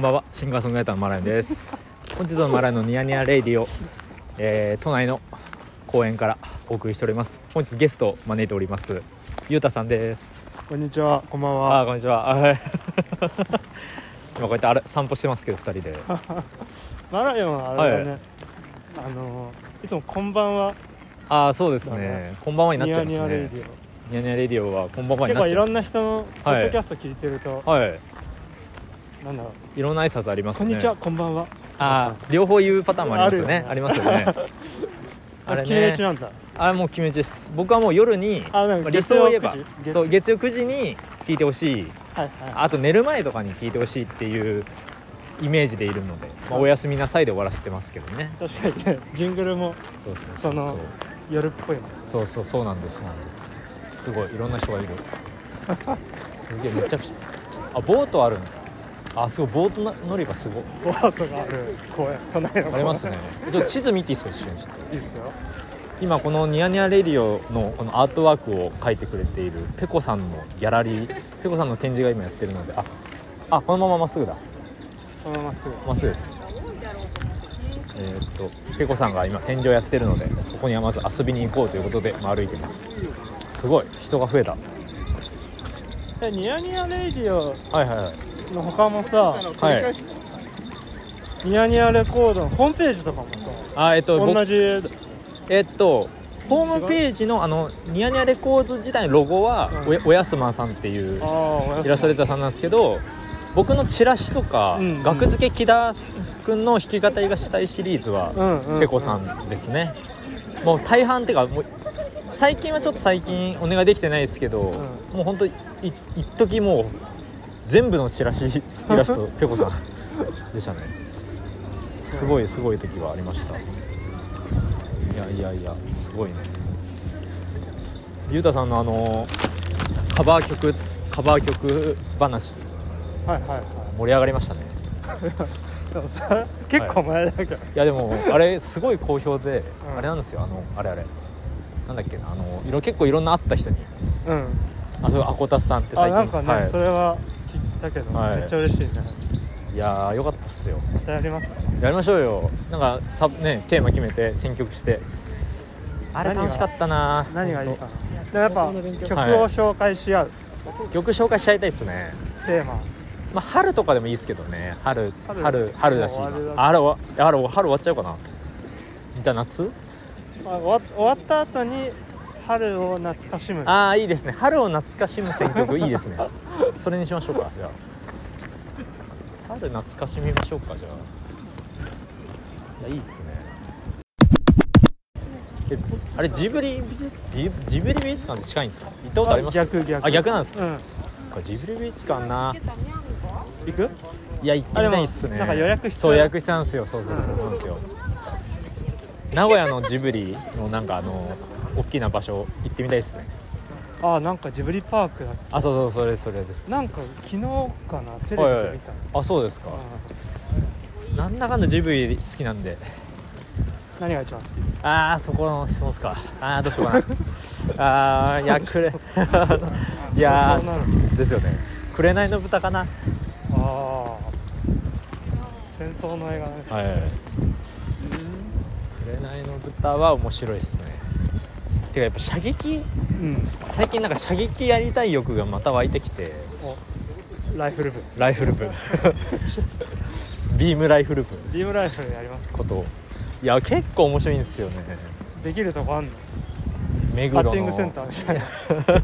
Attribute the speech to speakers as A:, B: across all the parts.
A: ばんはシンガーソングライターのマライオンです本日のマライオンのニヤニヤレイディオ、えー都内の公園からお送りしております本日ゲストを招いておりますゆうたさんです
B: こんにちは、こんばん
A: あー
B: は。
A: こんにちはあはい 今こうやってあれ散歩してますけど二人で
B: マラヨンはあれだね。
A: は
B: あのーいつもこんばんは。
A: ああそうです
B: だ
A: ね
B: ね
A: こんばんはになっ
B: ニ
A: ちゃ
B: ヤ
A: いま
B: ニ
A: す
B: ヤレ
A: ね
B: イディ
A: ニヤニヤレディオはこんばん
B: オ。
A: はに
B: 結
A: なっ
B: 構
A: ちゃいます
B: いろん
A: ね
B: な人のポッドキャスト聞いてると、
A: はい
B: なんだろう。
A: いろんな挨拶あります
B: こ
A: ね
B: んにちは、こんばんは。
A: あー両方言うパターンもありますよねあ
B: あ
A: り
B: る
A: ますよねあれ ね
B: 決め打ちなんだ。
A: あれもう決め打ちです僕はもう夜に
B: あなんか
A: まあ理想を言えば
B: 月曜9時
A: そう月曜9時に聞いてほしい
B: はいは
A: あと寝る前とかに聞いてほしいっていうイメージでいるので、まあ、
B: はい
A: おやすみなさいで終わらせてますけどね
B: い。確かにね、ジングルも
A: そうそうそ
B: そうの夜っぽいもん。
A: そうそうそうそうなんですそうなんですすごいいろんな人 がいるすげえめちゃくちゃあボートあるんだあすごいボートな乗り場すごい
B: ボートがある公園、都内の公園。
A: あります ね。ちょっと地図見ていいですか一瞬ちょっと
B: いいっすよ。
A: 今この「ニヤニヤレディオ」のこのアートワークを描いてくれているペコさんのギャラリーペコさんの展示が今やってるのでああこのまままっすぐだ
B: このまますぐ。
A: まっすぐですねえーっとペコさんが今展示をやってるのでそこにはまず遊びに行こうということでまあ歩いてますすごい人が増えた
B: え、ニヤニヤレイディオ
A: はいはいはい
B: の他もさ、
A: はい
B: ニヤニヤレコードのホームページとかもさ、
A: あえーっと僕
B: 同じ。
A: えーっとホームページのあのニヤニヤレコーズ自体のロゴはおやおやすまさんっていう
B: ああ、
A: イラストレーターさんなんですけど僕のチラシとか、
B: うんうん
A: 額付け木田君の弾き語りがしたいシリーズは、
B: うんうんうん
A: ペコさんですねもう大半っていうかもう最近はちょっと最近お願いできてないですけど、もう本当い一時もう全部のチラシ イラ ストペコさんでしたねすごいすごい時はありましたいやいやいやすごいねゆうたさんのあのカバー曲カバー曲話
B: はいはいはい
A: 盛り上がりましたね
B: でもさ結構前だけど、
A: いやでもあれすごい好評で、
B: うん
A: あれなんですよあのあれあれなんだっけなあのいろ結構いろんな会った人に
B: うん
A: あそうアコタスさんって
B: あ
A: 最近
B: なんかね、
A: はい
B: それは聞いたけど、
A: はい
B: めっちゃ嬉しいね
A: いやーよかったっすよ
B: またやりますか
A: やりましょうよなんかさねテーマ決めて選曲してあれ
B: 何が
A: 楽しかったな
B: 何がいい
A: ほ
B: か
A: ん
B: なでやっぱ曲を紹介し合う、
A: と曲紹介しちゃいたいですね
B: テーマ
A: まあ春とかでもいいですけどね春春
B: 春
A: 春だし
B: もう終わる
A: あれわあれ春終わっちゃうかなじゃあ夏
B: あ終わ終わった後に春を懐かしむ
A: ああいいですね春を懐かしむ選曲いい ですねそれにしましょうかじゃあ春懐かしみましょうかじゃあいやいいっすねえあれジブリ美術ジジブリ美術館って近いんですか行ったことあります
B: 逆逆
A: あ逆なんです
B: う
A: ね
B: ん
A: ジブリ美術館な
B: 行く
A: いや行ってみたいっすね
B: あでもなんか予約必要
A: そう予約したんですよそうそうそうそうなんですよ名古屋のジブリのなんかあの大きな場所行ってみたいですね
B: あなんかジブリパークだ
A: あそうそうそれそれです
B: なんか昨日かなテレビで見た、
A: はいはいあそうですか
B: うん
A: なんだかんだジブリ好きなんで
B: 何が一番好き
A: ああそこの質問っすかああどうしようかなああーいやくれいや
B: そうなる
A: ーですよね紅の豚かな
B: ああ戦争の映画ね
A: はい紅の豚は面白いですねてかやっぱ射撃
B: うん
A: 最近なんか射撃やりたい欲がまた湧いてきて
B: おライフル部
A: ライフル部ビームライフル部
B: ビームライフルやります
A: ことをいや結構面白いんですよね
B: できるとこあんの
A: 目
B: カ
A: 黒
B: ッ
A: の
B: ティングセンター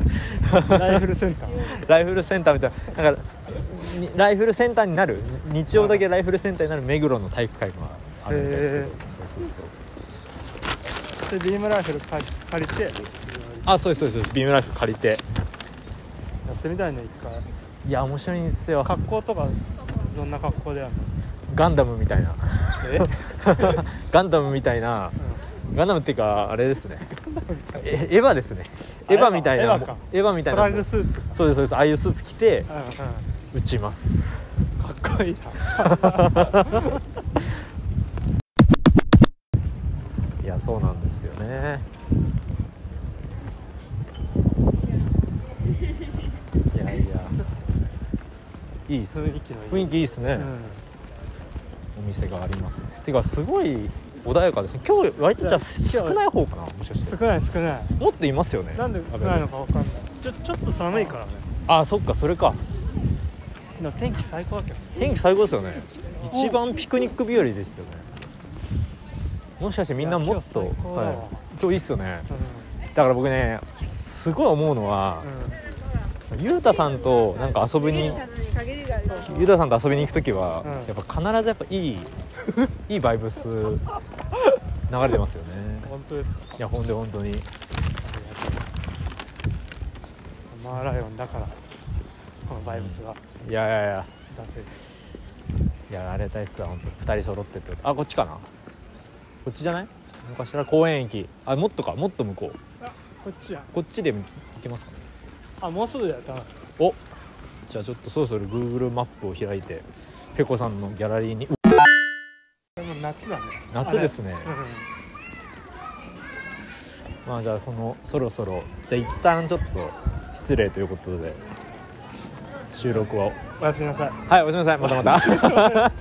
B: みたい なライフルセンタ ー
A: ライフルセンターみたいななんかにライフルセンターになる日曜だけライフルセンターになる目黒の体育会があるみたいですけど、
B: へー
A: そうそうそう
B: でビームライフル借り借りてや
A: あそうですそうですビームライフ借りて
B: ってみたいね一回
A: いや面白いんですよ
B: 格好とかどんな格好でやるの
A: ガンダムみたい な
B: え、うん、
A: ガンダムみたいなガンダムっていうかあれですねえエヴァですねエヴァみたいな
B: エヴァか
A: エヴァみた
B: ト
A: い
B: ラ
A: な
B: イアルスーツ
A: そうですそうですああいうスーツ着て
B: うんうん
A: 撃ちます
B: かっこいい じゃん
A: いやそうなんですよねいやいやいいっすね
B: 雰囲気のいい
A: 雰囲気いいっすね、
B: うん
A: お店がありますてかすごい穏やかですね今日割とじゃあ少ない方かなもしかして
B: 少ない少ない
A: もっといますよね
B: なんで少
A: 阿
B: ない
A: 部
B: のかわかんないちょちょっと寒いからね
A: あそっかそれか
B: でも天気最高だけど
A: 天気最高ですよね一番ピクニック日和ですよねもしかしてみんなもっと
B: いや今日最高だわ
A: はい今日いいっすよねだから僕ねすごい思うのは
B: うん、
A: ゆうたさんとなんか遊びに
C: 限りがあるでしょ
A: ゆうたさんと遊びに行く時は、
B: うん
A: やっぱ必ずやっぱい いいいバイブス流れてますよね
B: うん、本当ですか
A: いやほんで本当に
B: マーライオンだからこのバイブスが
A: いやいやいや
B: 出せる
A: やられたいっすわ本当2人揃ってってことあこっちかなこっちじゃないこのかしら公園駅あもっとかもっと向こう
B: こっちや
A: こっちで行けますかね
B: あもうすぐだよ多分
A: おじゃあちょっとそろそろ Google マップを開いてペコさんのギャラリーにう
B: でも夏だね
A: 夏ですね
B: あれうん
A: まあじゃあこのそろそろじゃあ一旦ちょっと失礼ということで収録を
B: おやすみなさい
A: はいおやすみなさいまたまた